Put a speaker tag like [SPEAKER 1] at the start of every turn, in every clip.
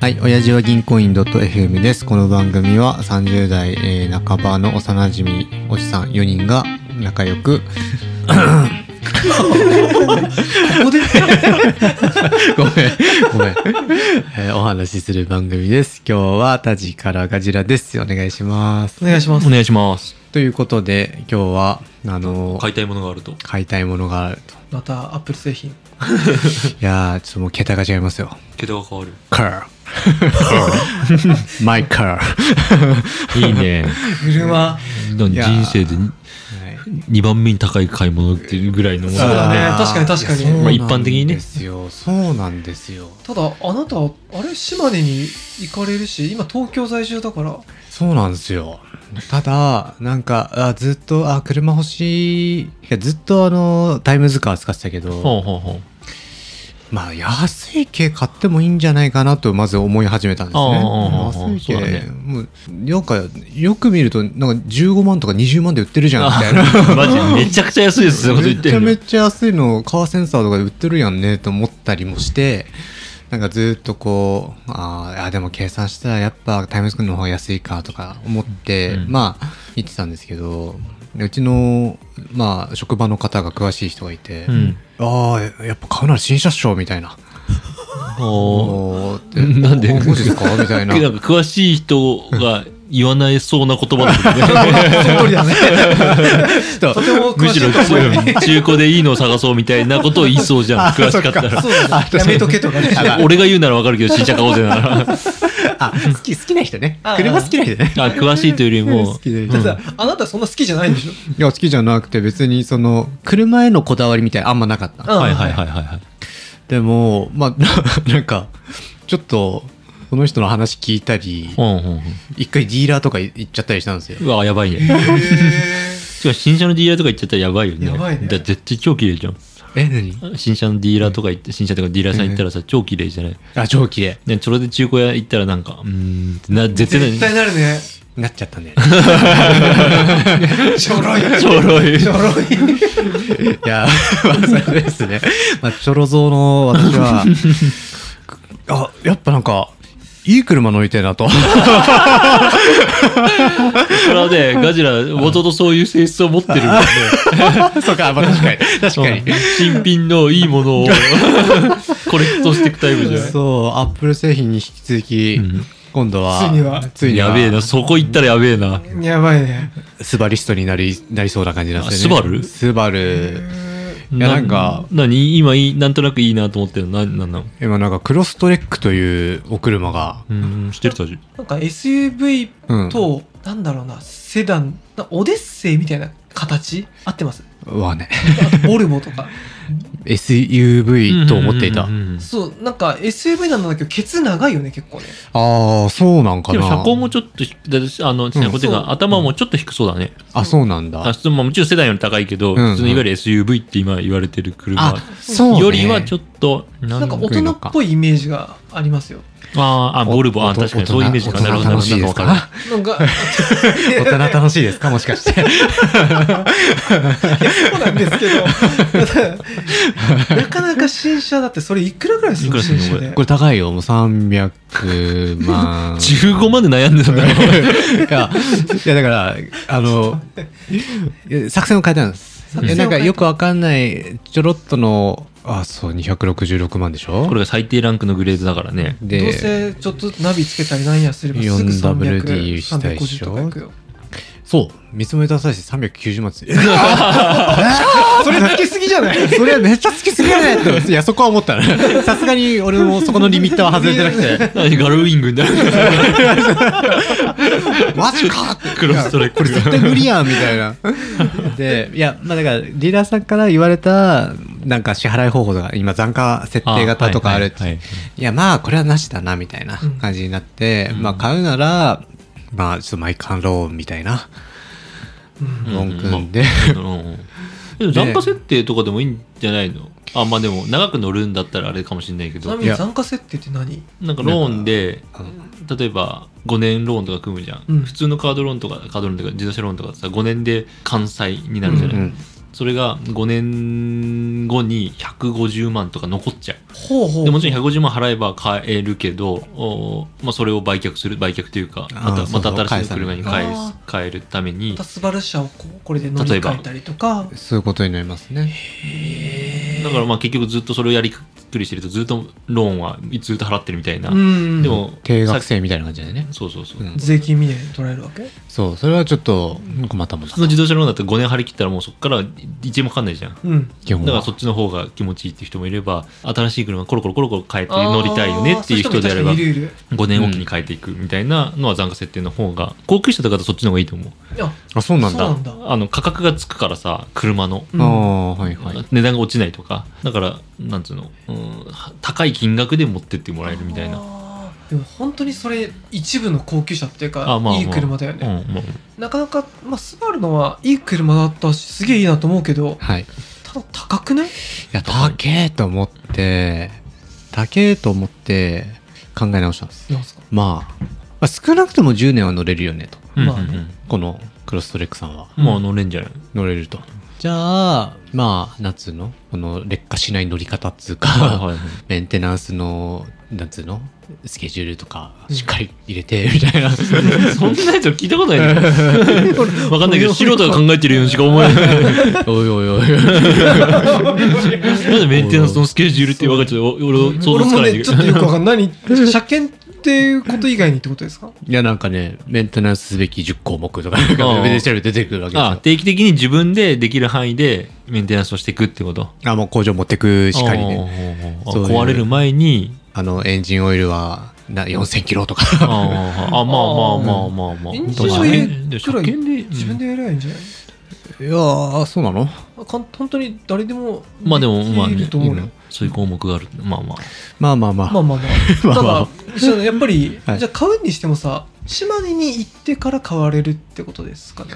[SPEAKER 1] はい、親父は銀行員 .fm です。この番組は30代、えー半ばの幼馴染おじさん4人が仲良く、
[SPEAKER 2] ここで
[SPEAKER 1] ごめん、ごめん、 えーお話しする番組です。今日はタジからガジラです。お願いします
[SPEAKER 2] お。願いします。
[SPEAKER 3] お願いします。
[SPEAKER 1] ということで、今日は、あの、
[SPEAKER 3] 買いたいものがあると。
[SPEAKER 1] 買いたいものがあると。
[SPEAKER 2] また、アップル製品。
[SPEAKER 1] いやー、ちょっともう桁が違いますよ。
[SPEAKER 3] 桁が変わる。
[SPEAKER 1] カー。マイカー。
[SPEAKER 3] いいね。
[SPEAKER 2] 車。
[SPEAKER 1] いやー
[SPEAKER 3] 人生で2番目に高い買い物っていうぐらいのもの
[SPEAKER 2] そうだね
[SPEAKER 1] あー
[SPEAKER 2] 確かに確かに
[SPEAKER 1] いやそう
[SPEAKER 3] まあ一般的にね
[SPEAKER 1] なんですよ。そうなんですよ。
[SPEAKER 2] ただ、あなた、あれ、島根に行かれるし、今、東京在住だから。
[SPEAKER 1] そうなんですよ。ただ、なんか、あずっと、あ、車欲しい。いやずっと、あの、タイムズカー使ってたけど、
[SPEAKER 3] ほうほうほう。
[SPEAKER 1] まあ、安い系買ってもいいんじゃないかなと、まず思い始めたんです
[SPEAKER 3] あ
[SPEAKER 1] ね。
[SPEAKER 3] あああ
[SPEAKER 1] 安い系、
[SPEAKER 3] そうだね
[SPEAKER 1] もう、なんか、よく見ると、なんか15万とか20万で売ってるじゃん、みた いな。
[SPEAKER 3] マジめちゃくちゃ安いです。そんなこと
[SPEAKER 1] め
[SPEAKER 3] 言っ
[SPEAKER 1] ち
[SPEAKER 3] て
[SPEAKER 1] ゃ
[SPEAKER 3] ん
[SPEAKER 1] め
[SPEAKER 3] の。
[SPEAKER 1] ちゃ安いのカーセンサーとかで売ってるやんねと思ったりもしてなんかずっとこうあーあでも計算したらやっぱタイムズくんの方が安いかとか思って、
[SPEAKER 3] うん
[SPEAKER 1] まあ言ってたんですけどうちの、まあ、職場の方が詳しい人がいて、
[SPEAKER 3] うん。
[SPEAKER 1] ああやっぱ買うなら新車っしょみたいな
[SPEAKER 3] お
[SPEAKER 1] おーっ
[SPEAKER 3] ー
[SPEAKER 1] て
[SPEAKER 3] なんで
[SPEAKER 1] あマジですかみ たいな
[SPEAKER 3] なんか詳しい人が言わないそうな言葉だけどね。
[SPEAKER 2] その通りだね。
[SPEAKER 1] と
[SPEAKER 2] とても詳
[SPEAKER 3] む
[SPEAKER 2] し
[SPEAKER 3] しろ
[SPEAKER 2] いと思うよね。
[SPEAKER 3] 中古でいいのを探そうみたいなことを言いそうじゃん。詳しかったら。
[SPEAKER 2] そうだね。やめとけとかね。
[SPEAKER 3] 俺が言うならわかるけど、新車買おうぜなら。
[SPEAKER 1] あ好き好きな人ね
[SPEAKER 2] あー
[SPEAKER 1] 車好きな人ね
[SPEAKER 3] あ詳しいというよりも
[SPEAKER 1] 好、きな人
[SPEAKER 2] ただ、あなたそんな好きじゃないんでしょ
[SPEAKER 1] いや好きじゃなくて別にその車へのこだわりみたいなのあんまなかった
[SPEAKER 3] はいはいはいはいはい。
[SPEAKER 1] でも、まあ、 ななんか、ちょっと、その人の話聞いたり、
[SPEAKER 3] うんうんうん
[SPEAKER 1] 一回ディーラーとか行っちゃったりしたんですよ。
[SPEAKER 3] うわ、やばいね。
[SPEAKER 2] い。へー
[SPEAKER 3] しかも新車のディーラーとか行っちゃったらやばいよね。
[SPEAKER 2] やばいね
[SPEAKER 3] だって絶対超綺麗じゃん。
[SPEAKER 1] え、何
[SPEAKER 3] 新車のディーラーとか行って、新車とかディーラーさん行ったらさ、超綺麗じゃない。
[SPEAKER 1] あ、超綺麗。
[SPEAKER 3] ね、それで中古屋行ったらなんか、うーんってな、絶対
[SPEAKER 2] 絶対
[SPEAKER 3] な
[SPEAKER 2] なるね。
[SPEAKER 1] なっちゃったね。
[SPEAKER 2] ちょろい。
[SPEAKER 3] い。ちょろい。
[SPEAKER 2] ちょろい。
[SPEAKER 1] いや、まあ、それですね。まあ、チョロゾーの私は、あ、やっぱなんか、いい車乗りたいなと。
[SPEAKER 3] それはね、ガジラ、もともとそういう性質を持ってるもんね。
[SPEAKER 1] そうか、まあ、確かに。確かに。
[SPEAKER 3] 新品のいい ものをコレクトしていくタイプじゃ
[SPEAKER 1] そう、アップル製品に引き続き、
[SPEAKER 3] ん
[SPEAKER 1] 今度は、
[SPEAKER 2] ついには
[SPEAKER 1] つい
[SPEAKER 3] ん。
[SPEAKER 1] には
[SPEAKER 3] やべえな、そこ行ったらやべえな。
[SPEAKER 2] やばいね。
[SPEAKER 1] スバリストになり、なりそうな感じなんですよね。
[SPEAKER 3] あスバル
[SPEAKER 1] スバル。いや、なんか、
[SPEAKER 3] 何今いい、なんとなくいいなと思ってるの。な、なんなの
[SPEAKER 1] 今なんかクロストレックというお車が、
[SPEAKER 3] うーん、知ってる人たち。
[SPEAKER 2] なんか SUV
[SPEAKER 1] うん、
[SPEAKER 2] と、なんだろうな、セダン、なオデッセイみたいな形合ってます
[SPEAKER 1] はね、
[SPEAKER 2] あとボルボとか。
[SPEAKER 1] SUV と思っていた。
[SPEAKER 3] うんうんうんうん
[SPEAKER 2] そう、なんか SUV なんだけど、ケツ長いよね、結構ね。
[SPEAKER 1] ああ、そうなんか
[SPEAKER 3] で
[SPEAKER 1] な。
[SPEAKER 3] も車高もちょっと低だしあの、
[SPEAKER 1] ん
[SPEAKER 3] こっち
[SPEAKER 2] そう
[SPEAKER 3] が頭もちょっと低そうだね。
[SPEAKER 1] あ、そうなん
[SPEAKER 3] あ
[SPEAKER 1] だ。
[SPEAKER 3] 普通ももちろん世代より高いけど、
[SPEAKER 1] うんうん
[SPEAKER 3] 普通のいわゆる SUV って今言われてる車
[SPEAKER 1] あ、そう、ね。
[SPEAKER 3] よりはちょ
[SPEAKER 1] っ
[SPEAKER 3] っと、
[SPEAKER 2] なんか
[SPEAKER 3] だろう
[SPEAKER 2] 大人っぽいイメージがありますよ。
[SPEAKER 3] あーあ、ボルボ、あ確かにそういうイメージかな
[SPEAKER 1] 大
[SPEAKER 3] るほ
[SPEAKER 1] 人楽しい
[SPEAKER 3] ど、な
[SPEAKER 1] で
[SPEAKER 3] ん
[SPEAKER 1] す
[SPEAKER 3] かわか
[SPEAKER 1] か
[SPEAKER 2] なんか、
[SPEAKER 1] 大人楽しいですかもしか して。
[SPEAKER 2] そうなんですけど、ただ なかなか新車だってそれいくらぐらいする
[SPEAKER 3] いく
[SPEAKER 2] の
[SPEAKER 3] らする
[SPEAKER 2] 新
[SPEAKER 3] の
[SPEAKER 2] 車で
[SPEAKER 1] こ。れ高いよ。もう300万。
[SPEAKER 3] る。15万で悩んでたんだろう。
[SPEAKER 1] いや、いやだから、あの、いや作戦を変えたんです。
[SPEAKER 2] 作
[SPEAKER 1] い
[SPEAKER 2] 戦
[SPEAKER 1] やな
[SPEAKER 2] を変えた
[SPEAKER 1] んかよくわかんない、ちょろっとの、あ、そう、266万でしょ
[SPEAKER 3] これが最低ランクのグレードだからね。
[SPEAKER 1] で
[SPEAKER 2] どうせちょっとナビつけたりなんやすればすぐ 300,
[SPEAKER 1] 4WD したいっしょ
[SPEAKER 2] 350とかいくよ。
[SPEAKER 1] そう、見積もり出させて390万です。
[SPEAKER 2] それつけすぎじゃない
[SPEAKER 1] それはめっちゃ好きすぎるねって。いや、そこは思ったね。さすがに俺もそこのリミッターは外れてなくて。
[SPEAKER 3] 何ガルウィングになる。
[SPEAKER 1] マジかって。
[SPEAKER 3] クロストレック
[SPEAKER 1] 絶
[SPEAKER 3] が。
[SPEAKER 1] 対無理やんみたいな。で、いや、まあだから、ディーラーさんから言われた、なんか支払い方法とか、今、残価設定型とかあるって
[SPEAKER 3] はいはいはい
[SPEAKER 1] いや、まあ、これはなしだな、みたいな感じになって、
[SPEAKER 3] うん
[SPEAKER 1] まあ、買うなら、まあ、ちょっとマイカンローンみたいな、
[SPEAKER 3] うん
[SPEAKER 1] 文句んで。
[SPEAKER 3] でも残価設定とかでもいいんじゃないのあまあでも長く乗るんだったらあれかもしれないけ
[SPEAKER 2] ちな
[SPEAKER 3] ど
[SPEAKER 2] みに残価設定って何
[SPEAKER 3] なんかローンで
[SPEAKER 1] あの
[SPEAKER 3] 例えば5年ローンとか組むじゃん、
[SPEAKER 2] うん
[SPEAKER 3] 普通のカードローンとかカードローンとか自動車ローンとかさ5年で完済になるじゃない、
[SPEAKER 1] うん
[SPEAKER 3] それが5年年後に150万とか残っちゃう
[SPEAKER 2] ほうほう
[SPEAKER 3] でもちろん150万払えば買えるけど、おーまあ、それを売却する売却というかま
[SPEAKER 1] あー
[SPEAKER 3] た
[SPEAKER 1] そうそう
[SPEAKER 3] また新しい車に
[SPEAKER 2] 返
[SPEAKER 3] 変え
[SPEAKER 2] さない
[SPEAKER 3] 変えるために
[SPEAKER 2] またスバル車をこうこれで乗り換えたりとか
[SPEAKER 1] そういうことになりますね。
[SPEAKER 3] だからまあ結局ずっとそれをやりくりしてるとずっとローンはずっと払ってるみたいな、
[SPEAKER 2] うん
[SPEAKER 3] でも
[SPEAKER 1] 定額制みたいな感じでね。
[SPEAKER 3] そうそうそう、
[SPEAKER 1] うん
[SPEAKER 2] 税金みたいに取られるわけ
[SPEAKER 1] そう、それはちょっと困ったもん
[SPEAKER 3] 普
[SPEAKER 1] だ
[SPEAKER 3] 通の自動車ローンだったら5年張り切ったらもうそこから1円もかかんないじゃん
[SPEAKER 2] うん
[SPEAKER 1] 基本
[SPEAKER 3] だから
[SPEAKER 1] は
[SPEAKER 3] そっちの方が気持ちいいっていう人もいれば新しい車コロコロコロコロ変えて乗りたいよねっていう人であれば
[SPEAKER 2] あーそういう人もいる
[SPEAKER 3] 5年おきに変えていくみたいなのは残価設定の方が高級車とかだとそっちの方がいいと思う
[SPEAKER 2] いるいるあ
[SPEAKER 1] あ、そうなんだ。
[SPEAKER 2] そう
[SPEAKER 1] あ
[SPEAKER 2] なんだ
[SPEAKER 3] あの価格がつくからさ車の、
[SPEAKER 1] あー、はいはい。
[SPEAKER 3] 値段が落ちないとかだからなんつうの、うん、は高い金額で持ってってもらえるみたいな
[SPEAKER 2] あーでも本当にそれ一部の高級車っていうか
[SPEAKER 3] あまあまあ
[SPEAKER 2] いい車だよ
[SPEAKER 3] うん
[SPEAKER 2] ね、
[SPEAKER 3] まあ
[SPEAKER 2] なかなか、まあ、スバルのはいい車だったしすげえいいなと思うけど
[SPEAKER 1] はい。い
[SPEAKER 2] ただ高くね
[SPEAKER 1] や、高えと思って、高えと思って考え直したんです。
[SPEAKER 2] なんすか
[SPEAKER 1] まあ、まあ少なくとも10年は乗れるよねと。
[SPEAKER 3] うん
[SPEAKER 2] まあ
[SPEAKER 3] うんう
[SPEAKER 2] ね
[SPEAKER 3] ん
[SPEAKER 1] このクロストレックさんは
[SPEAKER 3] まあ乗れんじゃない
[SPEAKER 1] 乗れると。じゃあ、まあ、夏の、この劣化しない乗り方っつうか、
[SPEAKER 3] はいはいはい
[SPEAKER 1] メンテナンスの、なんつうのスケジュールとか、しっかり入れて、みたいな。
[SPEAKER 3] そんなやつ聞いたことないね。わかんないけど、素人が考えてるようにしか思えない。
[SPEAKER 1] おいおいおいおい。
[SPEAKER 3] なんでメンテナンスのスケジュールって分かっちゃう俺、想
[SPEAKER 2] 俺
[SPEAKER 3] 像つ
[SPEAKER 2] も
[SPEAKER 3] かないん
[SPEAKER 2] ね
[SPEAKER 3] だ
[SPEAKER 2] ちょっ
[SPEAKER 3] け
[SPEAKER 2] とよく
[SPEAKER 3] ど。
[SPEAKER 2] わかんない 何車検っていうこと以外にってことですか
[SPEAKER 1] いや、なんかね、メンテナンスすべき10項目とか、なんか
[SPEAKER 3] ああ
[SPEAKER 1] ウェブで調べて出てくるわけです
[SPEAKER 3] あ
[SPEAKER 1] よ。
[SPEAKER 3] 定期的に自分でできる範囲でメンテナンスをしていくってこと。
[SPEAKER 1] あ、もう工場持ってくしかりね。
[SPEAKER 3] ね
[SPEAKER 1] そういう
[SPEAKER 3] 壊れる前に。
[SPEAKER 1] あの、エンジンオイルはな4000キロと
[SPEAKER 3] あ
[SPEAKER 1] か。
[SPEAKER 3] あ、まあまあまあまあまあ。
[SPEAKER 2] エン
[SPEAKER 1] ジン
[SPEAKER 3] 車
[SPEAKER 1] オイ
[SPEAKER 2] ル
[SPEAKER 3] 検車検で。
[SPEAKER 2] 自分でやればいいんじゃない
[SPEAKER 1] いやー、そうなの
[SPEAKER 2] かん本当に誰でも
[SPEAKER 3] うんまあでも、まあ
[SPEAKER 2] でき
[SPEAKER 3] ね
[SPEAKER 2] ると思うよ、
[SPEAKER 3] そういう項目がある。まあまあ。
[SPEAKER 1] まあまあまあ。
[SPEAKER 2] まあまあま あ
[SPEAKER 1] まあまあ
[SPEAKER 2] ただじゃあやっぱり、
[SPEAKER 1] はい
[SPEAKER 2] じゃあ買うにしてもさ島根に行ってから買われるってことです かね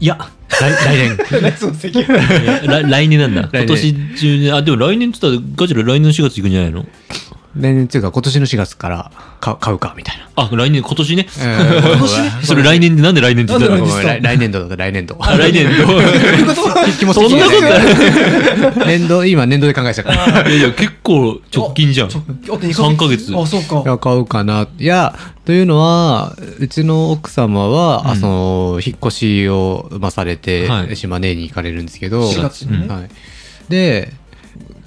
[SPEAKER 3] いや、
[SPEAKER 1] 来 来年。
[SPEAKER 2] 何その席
[SPEAKER 3] 来来年なんだ。
[SPEAKER 1] 来年
[SPEAKER 3] 今年中に、あ、でも来年って言ったらガチで来年の4月行くんじゃないの
[SPEAKER 1] 来年っていうか、今年の4月からか買うか、みたいな。
[SPEAKER 3] あ、来年、今年ね。
[SPEAKER 1] えー
[SPEAKER 2] 今年ね
[SPEAKER 3] それ来年でなんで来年って言った
[SPEAKER 1] ごめん
[SPEAKER 2] なん
[SPEAKER 3] の
[SPEAKER 1] ご
[SPEAKER 2] で
[SPEAKER 1] めん来来年度だった、来年度。
[SPEAKER 3] あ来年の。
[SPEAKER 1] 気持ち
[SPEAKER 3] そんなことない。
[SPEAKER 1] 年度、今年度で考えちゃった。
[SPEAKER 3] いやいや、結構直近じゃん。
[SPEAKER 2] 直近あと2
[SPEAKER 3] 3ヶ月
[SPEAKER 2] あそうか
[SPEAKER 1] いや買うかないやというのはうちの奥様は、あ
[SPEAKER 3] うん
[SPEAKER 1] その引っ越しを、まあ、されて、
[SPEAKER 3] はい
[SPEAKER 1] 島根に行かれるんですけど
[SPEAKER 2] 4月にね、
[SPEAKER 1] はい、で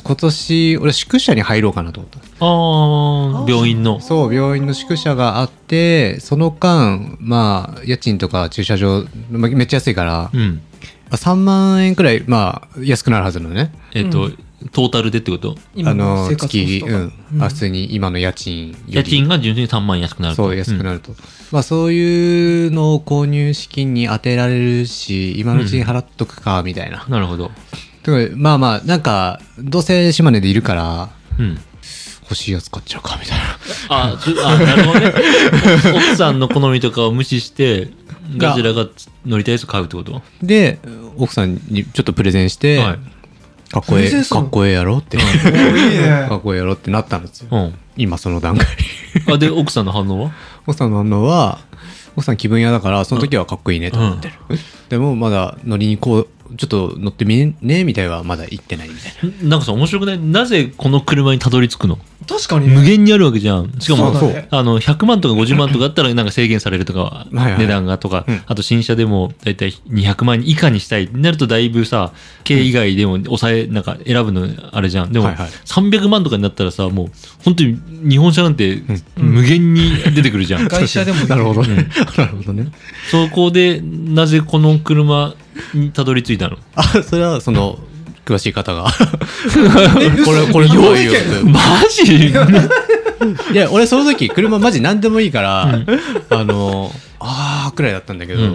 [SPEAKER 1] 今年俺宿舎に入ろうかなと思った
[SPEAKER 3] ああ、病院の。
[SPEAKER 1] そう病院の宿舎があってその間まあ家賃とか駐車場、まあめっちゃ安いから、
[SPEAKER 3] うん。
[SPEAKER 1] まあ3万円くらいまあ安くなるはずなのね
[SPEAKER 3] えっ、
[SPEAKER 2] う
[SPEAKER 3] と、トータルでってこと
[SPEAKER 1] あ
[SPEAKER 2] 今の
[SPEAKER 1] の
[SPEAKER 2] 生活コス
[SPEAKER 1] 月
[SPEAKER 2] ト、
[SPEAKER 1] う
[SPEAKER 2] が
[SPEAKER 1] んあ普通に今の家賃より
[SPEAKER 3] 家賃が純粋に3万円安くなると。
[SPEAKER 1] そう安くな
[SPEAKER 3] る。
[SPEAKER 1] ると、まあそういうのを購入資金に充てられるし今のうちに払っとくかみたいな、
[SPEAKER 3] なるほど。
[SPEAKER 1] とかまあまあなんかどうせ島根でいるから
[SPEAKER 3] うん。
[SPEAKER 1] 欲しいやつ買っちゃうかみたいな
[SPEAKER 3] あそあ、なるほ どね。お奥さんの好みとかを無視して、ガジラが乗りたいやつ買うってこと
[SPEAKER 1] で奥さんにちょっとプレゼンして、
[SPEAKER 3] はい
[SPEAKER 1] かっこえ
[SPEAKER 2] プレゼ
[SPEAKER 1] え
[SPEAKER 2] ンする
[SPEAKER 1] か
[SPEAKER 2] の
[SPEAKER 1] っこええやろって
[SPEAKER 2] おいいね
[SPEAKER 1] かっこええやろってなったんですよ
[SPEAKER 3] うん。
[SPEAKER 1] 今その段 階
[SPEAKER 3] あ、で、奥さんの反 応は
[SPEAKER 1] 奥さんの反応は奥さん気分屋だからその時はかっこいいねと思ってる、でもまだ乗りにこうちょっと乗ってみねみたいはまだ行ってないみたいなん
[SPEAKER 3] なんかさ、面白くないなぜこの車にたどり着くの
[SPEAKER 2] 確かにね
[SPEAKER 3] 無限にあるわけじゃん。しかも、
[SPEAKER 1] そう
[SPEAKER 2] そうだね
[SPEAKER 3] あの、100万とか50万とかあったらなんか制限されるとか、
[SPEAKER 1] いはい
[SPEAKER 3] 値段がとか
[SPEAKER 1] うん、
[SPEAKER 3] あと新車でもだいたい200万円以下にしたいってなるとだいぶさ、軽以外でも抑え、なんか選ぶのあれじゃん。でも、
[SPEAKER 1] はいはい
[SPEAKER 3] 300万とかになったらさ、もう、本当に日本車なんて
[SPEAKER 2] うん
[SPEAKER 3] 無限に出てくるじゃん。
[SPEAKER 2] 外車でもいい
[SPEAKER 1] なるほどね。なるほどね。
[SPEAKER 3] そこで、なぜこの車にたどり着いたの
[SPEAKER 1] あ、それはその、詳しい方が。
[SPEAKER 2] え
[SPEAKER 1] これ、
[SPEAKER 2] 嘘
[SPEAKER 1] これ、
[SPEAKER 2] どう
[SPEAKER 1] どう
[SPEAKER 2] い
[SPEAKER 1] いうう
[SPEAKER 2] 意見
[SPEAKER 1] や
[SPEAKER 3] マ ジ
[SPEAKER 1] つ。いや、俺その時、車マジ何でもいいから、あの、あーくらいだったんだけど、
[SPEAKER 3] うん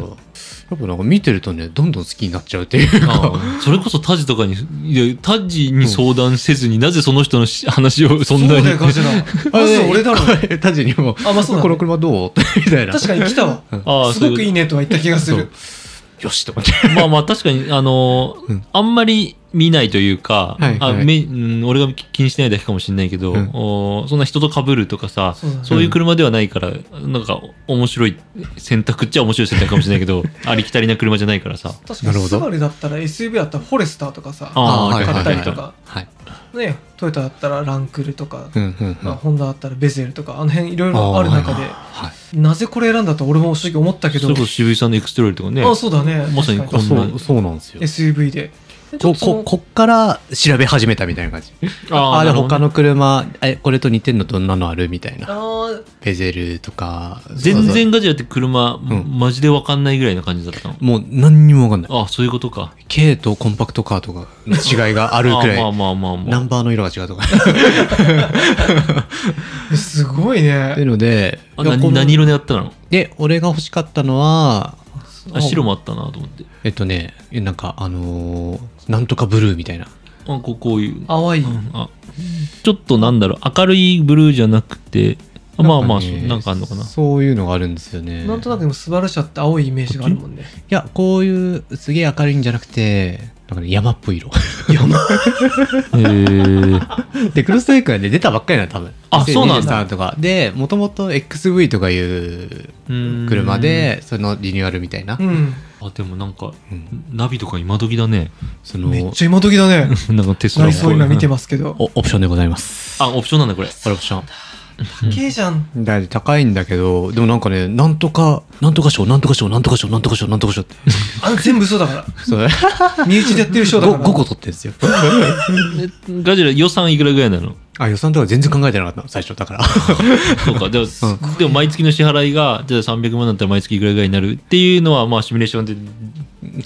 [SPEAKER 1] やっぱなんか見てるとね、どんどん好きになっちゃうっていうか。
[SPEAKER 3] ああそれこそタジとかに、いや、タジに相談せずに、なぜその人のし話をそん
[SPEAKER 2] そ
[SPEAKER 3] な
[SPEAKER 2] う
[SPEAKER 3] に
[SPEAKER 2] だ。よ ガジラまず俺だろう
[SPEAKER 1] ろ。タジにも、
[SPEAKER 2] あまあそうだね
[SPEAKER 1] この車どう みたいな。
[SPEAKER 2] 確かに来たわ
[SPEAKER 3] ああ
[SPEAKER 2] す
[SPEAKER 3] そう
[SPEAKER 2] ごくいいねとは言った気がす
[SPEAKER 1] そ
[SPEAKER 2] る
[SPEAKER 1] う。よし、とかって。
[SPEAKER 3] まあまあ確かに、あのー
[SPEAKER 1] うん
[SPEAKER 3] あんまり見ないというか、
[SPEAKER 1] はいはい
[SPEAKER 3] あめうん、俺が気にしないだけかもしれないけど、
[SPEAKER 1] うん
[SPEAKER 3] おそんな人と被るとかさ
[SPEAKER 2] そうだね
[SPEAKER 3] そういう車ではないからなんか面白い選択っちゃ面白い選択かもしれないけ どありきたりな車じゃないからさ
[SPEAKER 2] 確か
[SPEAKER 1] な
[SPEAKER 2] に
[SPEAKER 1] るほ
[SPEAKER 2] ス
[SPEAKER 1] ど
[SPEAKER 2] バルだったら SUV だったらフォレスターとかさ
[SPEAKER 3] あー
[SPEAKER 1] はい
[SPEAKER 2] 買ったりと
[SPEAKER 1] は
[SPEAKER 2] か
[SPEAKER 1] はい。
[SPEAKER 2] ねトヨタだったらランクルとか、
[SPEAKER 1] うんうんうん。
[SPEAKER 2] まあ、ホンダだったらベゼルとかあの辺いろいろある中で
[SPEAKER 1] ーはい
[SPEAKER 2] なぜこれ選んだと俺も正直思ったけ
[SPEAKER 3] そ
[SPEAKER 2] ど
[SPEAKER 3] れこそ渋井さんのエクステロイルとかね
[SPEAKER 2] あそうだね
[SPEAKER 3] まさに
[SPEAKER 2] 確
[SPEAKER 1] あ
[SPEAKER 2] か
[SPEAKER 3] こんな
[SPEAKER 1] そう、そうなんですよ。
[SPEAKER 2] SUV でちょ
[SPEAKER 1] こ、
[SPEAKER 2] っとそ
[SPEAKER 1] こ、
[SPEAKER 2] の
[SPEAKER 1] こっから調べ始めたみたいな感じ。ああ、で、他
[SPEAKER 3] の
[SPEAKER 1] の車、え、これと似てんのどんなのあるみたいな。
[SPEAKER 2] あー
[SPEAKER 1] ベゼルとか。
[SPEAKER 3] 全
[SPEAKER 1] そうそう。
[SPEAKER 3] 然ガジだって車、
[SPEAKER 1] ん
[SPEAKER 3] マジで分かんないぐらいな感じだったの
[SPEAKER 1] もう何にもわかんない。
[SPEAKER 3] あそういうことか
[SPEAKER 1] 軽とコンパクトカーとかの違いがあ
[SPEAKER 3] あ
[SPEAKER 1] るくら
[SPEAKER 3] まあ
[SPEAKER 1] い。
[SPEAKER 3] まあまあまあ、
[SPEAKER 1] ナンバーの色が違うとか。
[SPEAKER 2] えすごい
[SPEAKER 1] っていう
[SPEAKER 2] ね
[SPEAKER 1] ので、
[SPEAKER 3] あ
[SPEAKER 1] いや
[SPEAKER 3] な
[SPEAKER 1] この
[SPEAKER 3] 何色狙ったの
[SPEAKER 1] で、俺が欲しかったのは、
[SPEAKER 3] あ白もあったなと思って
[SPEAKER 1] えっとね、えなんかあのーなんとかブルーみたいな。
[SPEAKER 3] あこうこういう
[SPEAKER 2] 淡い
[SPEAKER 3] うんあちょっとなんだろう明るいブルーじゃなくてあまあまあ
[SPEAKER 1] ね
[SPEAKER 3] なんかあんのかな
[SPEAKER 1] そういうのがあるんですよね。
[SPEAKER 2] なんとなくでもスバル車って青いイメージがあるもんね
[SPEAKER 1] いや、こういう、すげえ明るいんじゃなくて、なんかね、山っぽい色。
[SPEAKER 3] へえ
[SPEAKER 1] で、クロストイックがね、出たばっかりなの、多分。
[SPEAKER 3] あそうなんだ
[SPEAKER 1] 2023とか。で、もともと XV とかいう 車で、そのリニューアルみたいな。
[SPEAKER 2] うん
[SPEAKER 3] あでもなんか
[SPEAKER 1] うん
[SPEAKER 3] ナビとか今時だね
[SPEAKER 1] そ
[SPEAKER 2] めっ
[SPEAKER 1] の、
[SPEAKER 2] ちゃ今時だね
[SPEAKER 3] なんかテスラ
[SPEAKER 2] 内
[SPEAKER 3] っぽ
[SPEAKER 2] 装
[SPEAKER 3] い
[SPEAKER 2] 今見てますけど
[SPEAKER 1] おオプションでございます。
[SPEAKER 3] あオプションなんだこれ
[SPEAKER 1] これオプション。
[SPEAKER 2] 高えじゃん
[SPEAKER 1] だい高いんだけど、でもなんかね、なんとか、なんとか賞、なんとか賞、なんとか賞、なんとか賞、なんとか賞って。
[SPEAKER 2] あの全部嘘だか
[SPEAKER 1] そう。
[SPEAKER 2] ら身内でやってるショーだから
[SPEAKER 1] 5個取ってんですよ。
[SPEAKER 3] ガジラ予算いくらぐらいなの
[SPEAKER 1] あ、予算とか全然考えてなかったの、最初。だから。
[SPEAKER 3] そうかでも,、でも毎月の支払いがじゃあ300万だったら毎月いくらぐらいになるっていうのはまあシミュレーションで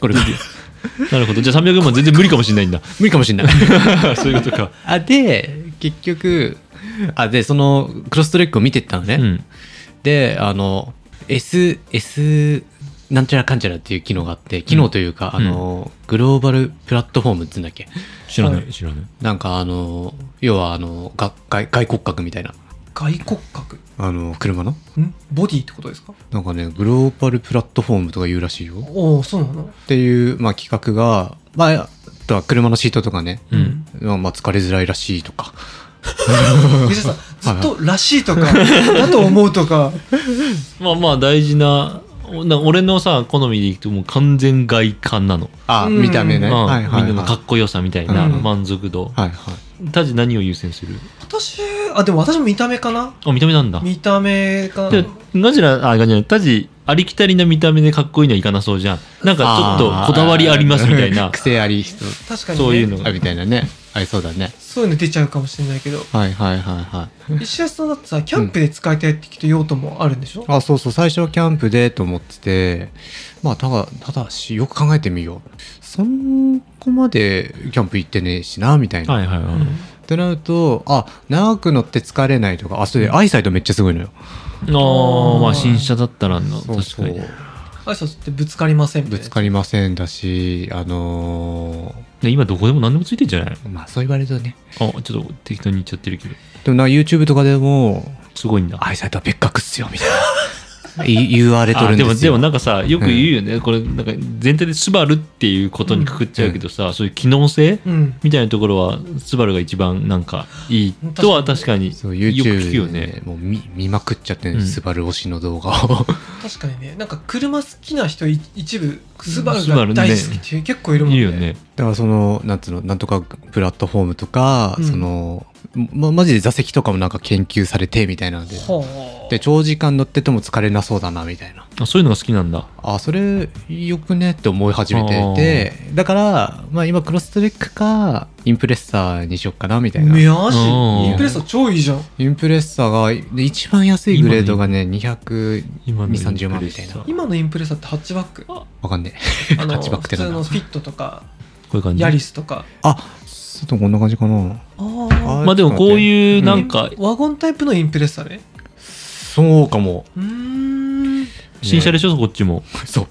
[SPEAKER 1] これ、
[SPEAKER 3] なるほどじゃあ300万全然無理かもしれない んだ
[SPEAKER 1] 無理かも しれない。
[SPEAKER 3] そういうことか
[SPEAKER 1] あ、で、結局、あ、で、その、クロストレックを見てったのね。
[SPEAKER 3] うん
[SPEAKER 1] で、あの、S、S、なんちゃらかんちゃらっていう機能があって、機能というか、
[SPEAKER 3] うん
[SPEAKER 1] あの、グローバルプラットフォームって言うんだっけ
[SPEAKER 3] 知らない、
[SPEAKER 2] はい
[SPEAKER 3] 知らない
[SPEAKER 1] なんかあの、要はあの、が外外骨格みたいな、
[SPEAKER 2] 外骨格
[SPEAKER 1] あの、車の
[SPEAKER 2] んボディってことですか
[SPEAKER 1] なんかね、グローバルプラットフォームとか言うらしいよ。っ
[SPEAKER 2] おおそうなの
[SPEAKER 1] ていう、まあ、企画が、まあ、あとは車のシートとかね、
[SPEAKER 3] うん
[SPEAKER 1] まあ、まあ疲れづらいらしいとか、
[SPEAKER 2] 藤田 さんずっと「らしい」とか「だと思う」とか
[SPEAKER 3] まあまあ大事なおな俺のさ好みでいくともう完全外観なの、
[SPEAKER 1] あ、
[SPEAKER 2] うん
[SPEAKER 1] 見た目ね。
[SPEAKER 3] うん
[SPEAKER 1] はいはいはい。
[SPEAKER 3] みんなのかっこよさみたいな
[SPEAKER 2] うん
[SPEAKER 3] 満足度、
[SPEAKER 1] はいはい。
[SPEAKER 3] タジ何を優先する
[SPEAKER 2] 私あでも私も見た目かな
[SPEAKER 3] あ見た目なんだ
[SPEAKER 2] 見た目か
[SPEAKER 3] でガジラあガジラタジありきたりな見た目でかっこいいのはいかなそうじゃんなんかちょっとこだわりありますみたい
[SPEAKER 1] あー
[SPEAKER 3] な
[SPEAKER 1] 癖あり人
[SPEAKER 2] 確かに、ね、
[SPEAKER 3] そういうの
[SPEAKER 1] あ
[SPEAKER 3] が
[SPEAKER 1] みたいなね。ありそうだね。
[SPEAKER 2] そういうの出ちゃうかもしれないけど
[SPEAKER 1] はいはいはいはい。
[SPEAKER 2] 石橋さんだってさキャンプで使いたいってきて用途もあるんでしょ、
[SPEAKER 1] あ、そうそう、最初はキャンプでと思ってて、まあ、ただ、ただし、よく考えてみよう。そんこまでキャンプ行ってねえしな、みたいな。
[SPEAKER 3] はいはいはい、
[SPEAKER 1] ってなると、あ、長く乗って疲れないとか、あ、それでアイサイトめっちゃすごいのよ。
[SPEAKER 2] あ
[SPEAKER 3] ああまあ
[SPEAKER 2] ー
[SPEAKER 3] 新車だったらの
[SPEAKER 1] そうそう
[SPEAKER 3] 確かに
[SPEAKER 2] 挨拶ってぶつかりませんみたい
[SPEAKER 1] ぶ
[SPEAKER 2] な
[SPEAKER 1] つかりませんだし、あの
[SPEAKER 3] で今どこでも何でもついてんじゃない
[SPEAKER 1] ーまあ、そう言われるとね。
[SPEAKER 3] あちょっと適当に言っちゃってるけど
[SPEAKER 1] でもな、YouTube とかでも、
[SPEAKER 3] すごいんだ
[SPEAKER 1] アイサイトは別格っすよ、みたいな。 い言われとる
[SPEAKER 3] あ
[SPEAKER 1] ん
[SPEAKER 3] で
[SPEAKER 1] で
[SPEAKER 3] も
[SPEAKER 1] す
[SPEAKER 3] で
[SPEAKER 1] よ。
[SPEAKER 3] もなんかさよく言うよね、これなんか全体で「スバルっていうことにくくっちゃうけどさ、そういう機能性
[SPEAKER 2] うん
[SPEAKER 3] みたいなところはスバルが一番なんかいいとは確かによく
[SPEAKER 1] そう、
[SPEAKER 3] 聞くよ
[SPEAKER 1] YouTube で、
[SPEAKER 3] ね
[SPEAKER 1] ね、もう見見まくっちゃって、
[SPEAKER 3] う
[SPEAKER 1] ね、
[SPEAKER 3] ん
[SPEAKER 1] スバル推しの動画を。
[SPEAKER 2] 確かにねなんか車好きな人い一部スバル
[SPEAKER 3] スバル
[SPEAKER 2] が
[SPEAKER 3] ね
[SPEAKER 2] 大好きっていう結構いるもん
[SPEAKER 3] い
[SPEAKER 2] ね
[SPEAKER 3] るよね
[SPEAKER 1] だからその、なんつうの、なんとかプラットフォームとか、
[SPEAKER 2] うん
[SPEAKER 1] その、ま、マジで座席とかもなんか研究されて、みたいなので。
[SPEAKER 2] はあ
[SPEAKER 1] で、長時間乗ってても疲れなそうだな、みたいな。
[SPEAKER 3] あそういうのが好きなんだ
[SPEAKER 1] あ、それ、よくねって思い始め
[SPEAKER 3] あー
[SPEAKER 1] てて、だから、まあ今、クロストレックか、インプレッサーにしよっかな、みたいな。
[SPEAKER 2] マジ
[SPEAKER 3] うん
[SPEAKER 2] インプレッサー超いいじゃん
[SPEAKER 1] インプレッサーが、で一番安いグレードがね、200、
[SPEAKER 3] 今の
[SPEAKER 1] 2 30万みたいな
[SPEAKER 3] こ
[SPEAKER 2] 今のインプレッサーってハッチバック
[SPEAKER 1] わかんね
[SPEAKER 2] あ
[SPEAKER 1] ハ
[SPEAKER 2] の
[SPEAKER 1] ッチバックって
[SPEAKER 2] 普
[SPEAKER 1] なん
[SPEAKER 2] 通
[SPEAKER 1] だ
[SPEAKER 2] のフィットとか
[SPEAKER 3] ういう感じ
[SPEAKER 2] ヤリスとか
[SPEAKER 1] え。あ、ちょっとこんな感じかな。
[SPEAKER 2] あ
[SPEAKER 1] あ
[SPEAKER 2] あ
[SPEAKER 3] まあでもこういうなんか
[SPEAKER 2] ワゴンタイプのインプレッサーね
[SPEAKER 1] そうかも。
[SPEAKER 2] うーん
[SPEAKER 3] 新車でしょこっちも
[SPEAKER 1] そう。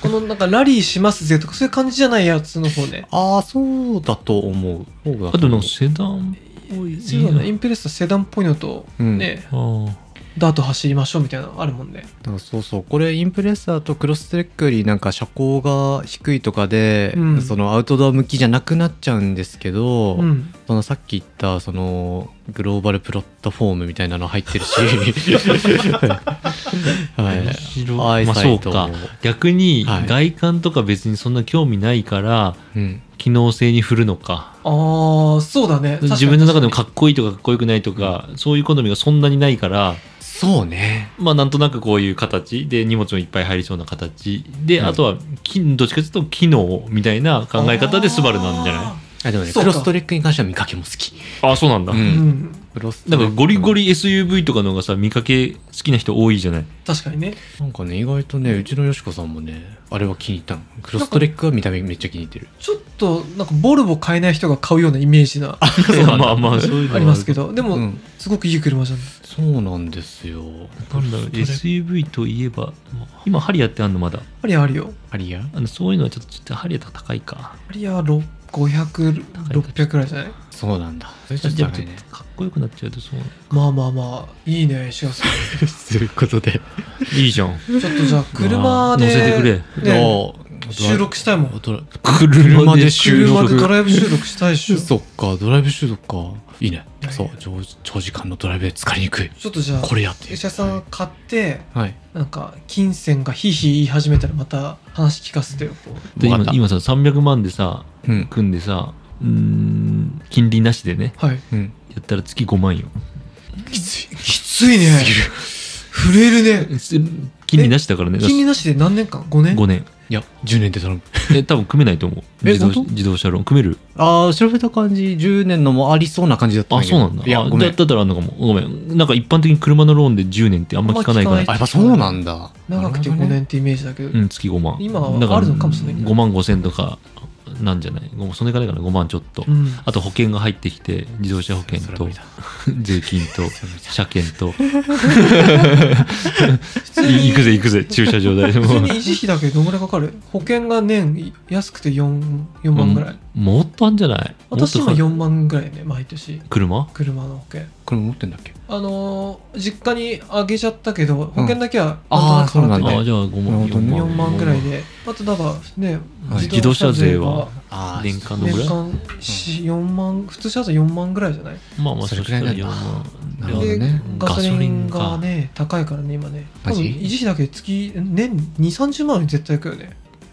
[SPEAKER 2] このなんかラリーしますぜとかそういう感じじゃないやつの方ね
[SPEAKER 1] ああ、そうだと思う。そうだ
[SPEAKER 3] あとのセダンっぽい
[SPEAKER 2] そうだねインプレッサーセダンっぽいのと
[SPEAKER 1] うん
[SPEAKER 2] ね
[SPEAKER 3] あー
[SPEAKER 2] ダート走りましょうみたいなのあるもんね。
[SPEAKER 1] だからそうそうこれインプレッサーとクロストレックよりなんか車高が低いとかで、
[SPEAKER 2] うん
[SPEAKER 1] そのアウトドア向きじゃなくなっちゃうんですけど、
[SPEAKER 2] うん。
[SPEAKER 1] そのさっき言ったそのグローバルプラットフォームみたいなの入ってるし、 はい、
[SPEAKER 3] 面白いま
[SPEAKER 1] ア
[SPEAKER 3] あそ
[SPEAKER 1] イ
[SPEAKER 3] う
[SPEAKER 1] サイト
[SPEAKER 3] か
[SPEAKER 1] も
[SPEAKER 3] 逆に
[SPEAKER 1] はい
[SPEAKER 3] 外観とか別にそんな興味ないから
[SPEAKER 1] うん、
[SPEAKER 3] 機能性に振るのか
[SPEAKER 2] ああ、そうだね。確かに
[SPEAKER 3] 自分の中でもかっこいいとかかっこよくないとか、そういう好みがそんなにないから
[SPEAKER 1] そうね
[SPEAKER 3] まあなんとなくこういう形で荷物もいっぱい入りそうな形で、
[SPEAKER 1] うん
[SPEAKER 3] あとはきどっちかというと機能みたいな考え方でスバルなんじゃない
[SPEAKER 2] あ
[SPEAKER 1] あでもね
[SPEAKER 2] そう
[SPEAKER 1] ク
[SPEAKER 2] か
[SPEAKER 1] ロストレックに関しては見かけも好き、
[SPEAKER 3] ああそうなんだ、
[SPEAKER 1] うん
[SPEAKER 2] ーうん。
[SPEAKER 1] クロスト
[SPEAKER 3] な
[SPEAKER 1] レ
[SPEAKER 3] ん
[SPEAKER 1] ッ
[SPEAKER 3] か
[SPEAKER 1] ク
[SPEAKER 3] ゴリゴリ SUV とかの方がさ見かけ好きな人多いじゃない
[SPEAKER 2] 確かにね。
[SPEAKER 1] なんかね意外とねうちのよしこさんもねあれは気に入ったのクロストレックは見た目めっちゃ気に入って る
[SPEAKER 2] ちょっと、なんか、ボルボ買えない人が買うようなイメージな、あ
[SPEAKER 1] うなんだ
[SPEAKER 3] まあまあ そういうのは
[SPEAKER 2] りますけど、でも、
[SPEAKER 1] うん
[SPEAKER 2] すごくいい車じゃん。
[SPEAKER 1] そうなんですよ
[SPEAKER 3] なんだろう SUV といえば今ハリアってあんのまだ
[SPEAKER 2] ハリアあるよ。
[SPEAKER 1] ハリア
[SPEAKER 3] あのそういうのはちょっとちょっとハリアと高いか
[SPEAKER 2] ハリアろ500、600くらいじゃない
[SPEAKER 1] そうなんだそれ
[SPEAKER 3] じ
[SPEAKER 1] ち
[SPEAKER 3] ゃ
[SPEAKER 1] ょっ
[SPEAKER 3] あ
[SPEAKER 1] と
[SPEAKER 3] ち
[SPEAKER 1] 高 い
[SPEAKER 3] ょっと
[SPEAKER 1] ね
[SPEAKER 3] かっこよくなっちゃうとそう
[SPEAKER 2] まあまあまあ、いいね、石川さん。
[SPEAKER 1] ということで
[SPEAKER 3] いいじゃん
[SPEAKER 2] ちょっと じゃあ、車で、
[SPEAKER 3] 乗せてくれ
[SPEAKER 2] ね、
[SPEAKER 1] どう
[SPEAKER 2] 収録したいもん。
[SPEAKER 1] ドラ
[SPEAKER 3] 車で収
[SPEAKER 2] 車
[SPEAKER 3] 録
[SPEAKER 2] でドライブ収録したいっしょ。
[SPEAKER 1] そっかドライブ収録かいいね
[SPEAKER 2] はい
[SPEAKER 1] そう長長時間のドライブで疲れにくい
[SPEAKER 2] ちょっとじゃあ、
[SPEAKER 1] これやって
[SPEAKER 2] 石川さん買って、
[SPEAKER 1] はい
[SPEAKER 2] なんか、金銭がヒーヒー言い始めたらまた話聞かせてよ。こう
[SPEAKER 3] で
[SPEAKER 1] わかっ
[SPEAKER 3] 今
[SPEAKER 1] た
[SPEAKER 3] 今さ300万でさ
[SPEAKER 1] うん
[SPEAKER 3] 組んでさうーん金利なしでね
[SPEAKER 2] はい。
[SPEAKER 1] うん
[SPEAKER 3] やったら月5万よ
[SPEAKER 2] きつい。きついね。震えるね。
[SPEAKER 3] す金利なしだからね
[SPEAKER 2] 金利なしで何年間 ?5 年
[SPEAKER 3] 5年
[SPEAKER 1] いや10年で頼む
[SPEAKER 3] え多分組めないと思う
[SPEAKER 1] え
[SPEAKER 3] 自動
[SPEAKER 1] 本当
[SPEAKER 3] 自動車ローン組める
[SPEAKER 1] ああ調べた感じ10年のもありそうな感じだった
[SPEAKER 3] あ
[SPEAKER 1] だけ
[SPEAKER 3] そう
[SPEAKER 1] ど
[SPEAKER 3] なんだ
[SPEAKER 1] いや
[SPEAKER 3] あ
[SPEAKER 1] ごめ
[SPEAKER 3] だ
[SPEAKER 1] ん
[SPEAKER 3] だったらなんかもうごめんなんか一般的に車のローンで10年ってあんま聞かないか
[SPEAKER 2] あんま聞
[SPEAKER 3] ら
[SPEAKER 2] か
[SPEAKER 1] あやっぱそうなんだ
[SPEAKER 2] 長くて5
[SPEAKER 1] なるほどね
[SPEAKER 2] 年ってイメージだけど、
[SPEAKER 3] うん、月5万。
[SPEAKER 2] 今は
[SPEAKER 3] だから
[SPEAKER 2] あるのかもしれないけど
[SPEAKER 3] 5万5千とかなんじゃないごめんそれがないかな、5万ちょっと。
[SPEAKER 2] うん
[SPEAKER 3] あと保険が入ってきて、自動車保険
[SPEAKER 1] それは
[SPEAKER 3] と
[SPEAKER 1] 無理だ
[SPEAKER 3] 税金と
[SPEAKER 1] それは無理だ
[SPEAKER 3] 車検と、い行くぜ行くぜ、駐車場代で
[SPEAKER 2] 普通
[SPEAKER 3] も
[SPEAKER 2] に。維持費だけどどんぐらいかかる保険が年安くて 4, 4万ぐらい、
[SPEAKER 3] もっとあんじゃない
[SPEAKER 2] 私今
[SPEAKER 3] もっとか
[SPEAKER 2] 4万ぐらいね毎年
[SPEAKER 3] 車
[SPEAKER 2] 車の保険
[SPEAKER 1] これ持ってんだっけ
[SPEAKER 2] あのー実家にあげちゃったけど保険だけは
[SPEAKER 1] あー
[SPEAKER 2] なんとな
[SPEAKER 1] そう
[SPEAKER 2] く払
[SPEAKER 1] なんだ
[SPEAKER 2] っ
[SPEAKER 3] あ
[SPEAKER 2] てて、
[SPEAKER 3] じゃあ5
[SPEAKER 1] な
[SPEAKER 3] 万、
[SPEAKER 1] るほどね
[SPEAKER 2] 4万ぐらい
[SPEAKER 3] で。
[SPEAKER 2] であとだからね
[SPEAKER 1] はい
[SPEAKER 3] 自動車税は
[SPEAKER 1] あー
[SPEAKER 3] 年間どのんぐら
[SPEAKER 2] 年
[SPEAKER 3] い
[SPEAKER 2] 間4万普通車だと4万ぐらいじゃない
[SPEAKER 3] まあま
[SPEAKER 1] そ
[SPEAKER 3] あ、そ
[SPEAKER 1] れ
[SPEAKER 3] れ
[SPEAKER 1] く
[SPEAKER 3] く
[SPEAKER 1] ら
[SPEAKER 3] ら
[SPEAKER 1] い
[SPEAKER 3] い
[SPEAKER 1] なんだ
[SPEAKER 3] 4万。
[SPEAKER 1] なるほどね
[SPEAKER 2] でガソリンが
[SPEAKER 3] ガソリンか
[SPEAKER 2] ね高いからね今ね多
[SPEAKER 1] マジ
[SPEAKER 2] 分維持費だけで月年2 3 0万は絶対いくよね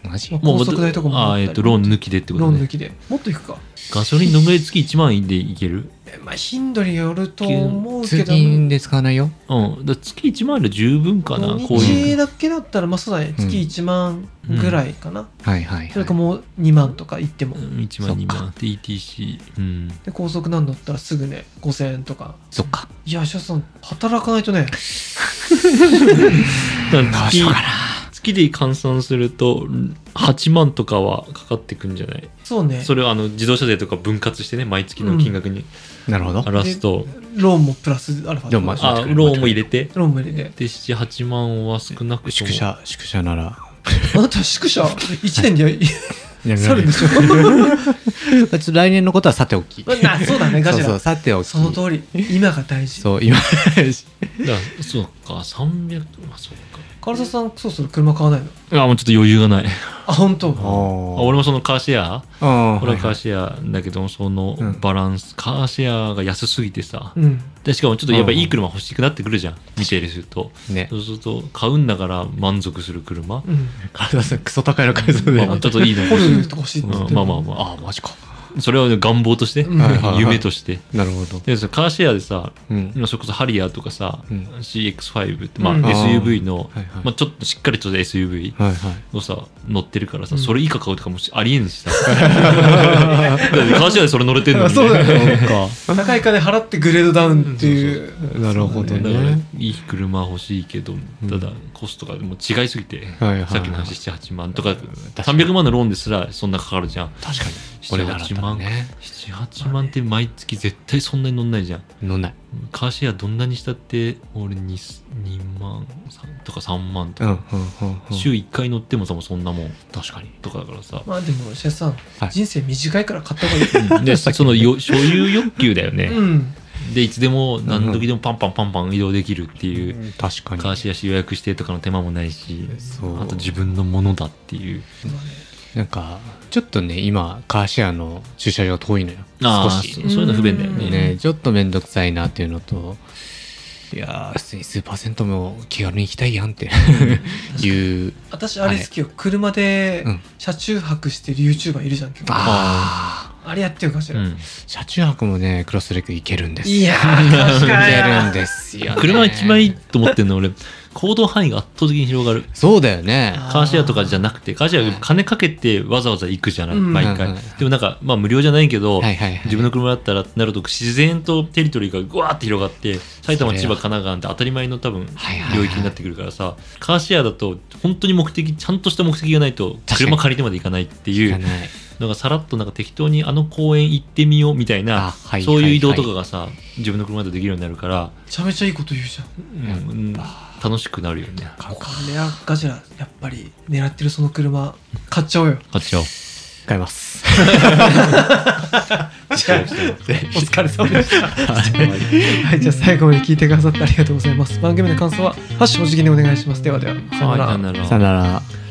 [SPEAKER 1] マジ
[SPEAKER 2] も高速代とかも
[SPEAKER 3] ああ、えっと、ローン抜きでってこ
[SPEAKER 2] ロ
[SPEAKER 3] と
[SPEAKER 2] ーン抜
[SPEAKER 3] ね。
[SPEAKER 2] きでもっといくか
[SPEAKER 3] ガソリンどんぐらい月1万でいける
[SPEAKER 2] えまあ頻度によると思うけ
[SPEAKER 1] 通
[SPEAKER 2] ど
[SPEAKER 1] 勤で使わないよ
[SPEAKER 3] うん。だから月1万で十分かな、こ
[SPEAKER 2] 土
[SPEAKER 3] ういう
[SPEAKER 2] 日。だけだったらまあそうだね
[SPEAKER 1] うん
[SPEAKER 2] 月1万ぐらいかな
[SPEAKER 1] はいはい、はい、
[SPEAKER 2] それかもう2万とかいっても
[SPEAKER 3] うん1
[SPEAKER 1] そ
[SPEAKER 3] 万
[SPEAKER 1] っ
[SPEAKER 3] 2
[SPEAKER 1] か
[SPEAKER 3] 万 DTC うん
[SPEAKER 2] で高速なんだったらすぐね5000円とか
[SPEAKER 1] そっか
[SPEAKER 2] いや石田さん働かないとね
[SPEAKER 3] 月月で換算するとうん8万とかはかかってくんじゃない
[SPEAKER 2] そうね
[SPEAKER 3] それをあの自動車税とか分割してね毎月の金額に
[SPEAKER 1] なるほど
[SPEAKER 3] 表すと、
[SPEAKER 2] ローンもプラスアルファ
[SPEAKER 1] でもま
[SPEAKER 2] ロ
[SPEAKER 3] あローンも入れて
[SPEAKER 2] ーンも入れて
[SPEAKER 3] で78万は少なくと
[SPEAKER 1] 宿
[SPEAKER 3] も
[SPEAKER 1] 舎宿舎なら
[SPEAKER 2] あなた宿舎1年で
[SPEAKER 1] そ
[SPEAKER 2] 去るんでしょ
[SPEAKER 1] ちょっと来年のことはさておき。
[SPEAKER 2] まあそうだねガ
[SPEAKER 1] そう
[SPEAKER 2] ジ
[SPEAKER 1] そ
[SPEAKER 2] ラ
[SPEAKER 1] う、さておき。
[SPEAKER 2] その通り今が大事
[SPEAKER 1] そう、今、
[SPEAKER 3] だからそうか300まあそう
[SPEAKER 2] 唐沢さんそろそろ車買わないの
[SPEAKER 3] かあもうちょっと余裕がない
[SPEAKER 2] あ本当
[SPEAKER 3] あ
[SPEAKER 1] 俺
[SPEAKER 3] 俺もそのカーシェア
[SPEAKER 1] も
[SPEAKER 3] 俺はカーシェアだけどその
[SPEAKER 1] うん
[SPEAKER 3] バランス、カーシェアが安すぎてさ
[SPEAKER 2] うん
[SPEAKER 3] でしかもちょっとやっぱいい車欲しくなってくるじゃん、見てるすると
[SPEAKER 1] ね
[SPEAKER 3] そ。うすると買うんだから満足する車、
[SPEAKER 2] うん
[SPEAKER 1] 体さん、 クソ高いの買いそうで。
[SPEAKER 3] まあ、ちょっといいの
[SPEAKER 2] ホルとか欲しいって言って
[SPEAKER 3] うんまあまあま
[SPEAKER 1] あ、マジか。
[SPEAKER 3] あそれは願望として、
[SPEAKER 2] うんはい
[SPEAKER 1] はいはい
[SPEAKER 3] 夢として
[SPEAKER 1] なるほど。
[SPEAKER 3] でそのカーシェアでさ
[SPEAKER 1] うん。
[SPEAKER 3] 今それこそハリアーとかさ、
[SPEAKER 1] うん
[SPEAKER 3] CX5 って、まあ、
[SPEAKER 2] うん
[SPEAKER 3] SUV の、
[SPEAKER 1] はいはい
[SPEAKER 3] まあ、ちょっとしっかりとした SUV
[SPEAKER 1] はいはい。
[SPEAKER 3] をさ乗ってるからさ、
[SPEAKER 2] うん
[SPEAKER 3] それ以下買うとかもしありえんし さだってカーシェアでそれ乗れてるのに、ね、
[SPEAKER 2] そうだよ
[SPEAKER 3] なんか
[SPEAKER 2] 高い金払ってグレードダウンっていう
[SPEAKER 1] なるほど
[SPEAKER 3] だから
[SPEAKER 1] ね。
[SPEAKER 3] いい車欲しいけど、
[SPEAKER 1] ん
[SPEAKER 3] ただコストがもう違いすぎて、
[SPEAKER 1] はいはいはい
[SPEAKER 3] さっきの話78万とか
[SPEAKER 1] かに
[SPEAKER 3] 300万のローンですらそんなかかるじゃん
[SPEAKER 1] 確かに。
[SPEAKER 3] 7-8
[SPEAKER 1] 俺が払ったらね。
[SPEAKER 3] 78万って毎月絶対そんなに乗んないじゃん
[SPEAKER 1] 飲んない。
[SPEAKER 3] カーシェアどんなにしたって俺 2, 2万3とか3万と
[SPEAKER 1] うん、
[SPEAKER 3] か、
[SPEAKER 1] うん、うん。うん
[SPEAKER 3] 週1回乗ってもさもうそんなもん
[SPEAKER 1] 確かに。
[SPEAKER 3] とかだからさ
[SPEAKER 2] まあでも石田さん
[SPEAKER 1] はい
[SPEAKER 2] 人生短いから買った方がいい
[SPEAKER 3] でそのよ所有欲求だよね、
[SPEAKER 2] うん
[SPEAKER 3] でいつでも何時でもパンパンパンパン移動できるっていう、
[SPEAKER 1] 確かに
[SPEAKER 3] カーシェアし予約してとかの手間もないし
[SPEAKER 1] そう
[SPEAKER 3] あと自分のものだっていう
[SPEAKER 1] なんかちょっとね今カーシェアの駐車場遠いのよ
[SPEAKER 3] あ
[SPEAKER 1] 少
[SPEAKER 3] あ
[SPEAKER 1] し
[SPEAKER 3] そそういうの不便だよね
[SPEAKER 1] ねちょっと面倒くさいなっていうのといやー普通にスーパーセントも気軽に行きたいやんって いう
[SPEAKER 2] 私あれ好きよ、車で
[SPEAKER 1] うん
[SPEAKER 2] 車中泊してる YouTuber いるじゃん結構あ
[SPEAKER 1] ああ
[SPEAKER 2] れやってるかしら、
[SPEAKER 3] うん
[SPEAKER 1] 車中泊もねクロスレック行けるんですよ
[SPEAKER 2] いやー確
[SPEAKER 1] 行
[SPEAKER 2] か
[SPEAKER 1] けるん
[SPEAKER 2] に
[SPEAKER 1] ですよね
[SPEAKER 3] 車一枚いいと思ってんの俺行動範囲が圧倒的に広がる
[SPEAKER 1] そうだよね
[SPEAKER 2] あー
[SPEAKER 3] カーシェアとかじゃなくてカーシェアは金かけてわざわざ行くじゃない、
[SPEAKER 2] うん
[SPEAKER 3] 毎回、
[SPEAKER 1] うんうん
[SPEAKER 3] でもなんかまあ無料じゃないけど、
[SPEAKER 1] はいはいはい
[SPEAKER 3] 自分の車だったらってなると自然とテリトリーがぐわーって広がって埼玉
[SPEAKER 1] それは
[SPEAKER 3] 千葉神奈川って当たり前の多分
[SPEAKER 1] はいはいはい
[SPEAKER 3] 領域になってくるからさ、カーシェアだと本当に目的ちゃんとした目的がないと
[SPEAKER 1] 確かに
[SPEAKER 3] 車借りてまで行かないってい
[SPEAKER 1] 行か
[SPEAKER 3] う
[SPEAKER 1] ない
[SPEAKER 3] のがさらっとなんか適当にあの公園行ってみようみたい
[SPEAKER 1] あ
[SPEAKER 3] な
[SPEAKER 1] はい
[SPEAKER 3] そういう移動と
[SPEAKER 1] は
[SPEAKER 3] かがさ自分の車だとできるようになるから、
[SPEAKER 2] めちゃめちゃいいこと言うじゃん
[SPEAKER 3] うん楽しくなるよね
[SPEAKER 1] 買う
[SPEAKER 2] こ
[SPEAKER 1] か
[SPEAKER 2] れはガジラやっぱり狙ってるその車買っちゃおうよ
[SPEAKER 3] 買っ ちゃおう
[SPEAKER 1] 買います
[SPEAKER 2] お 疲れ様でした はいじゃあ最後まで聞いて嗯くださってありがとうございます番組の感想は「ハッシュお辞儀」でお願いしますではではさようなら
[SPEAKER 3] なるほど
[SPEAKER 1] さよなら
[SPEAKER 3] あ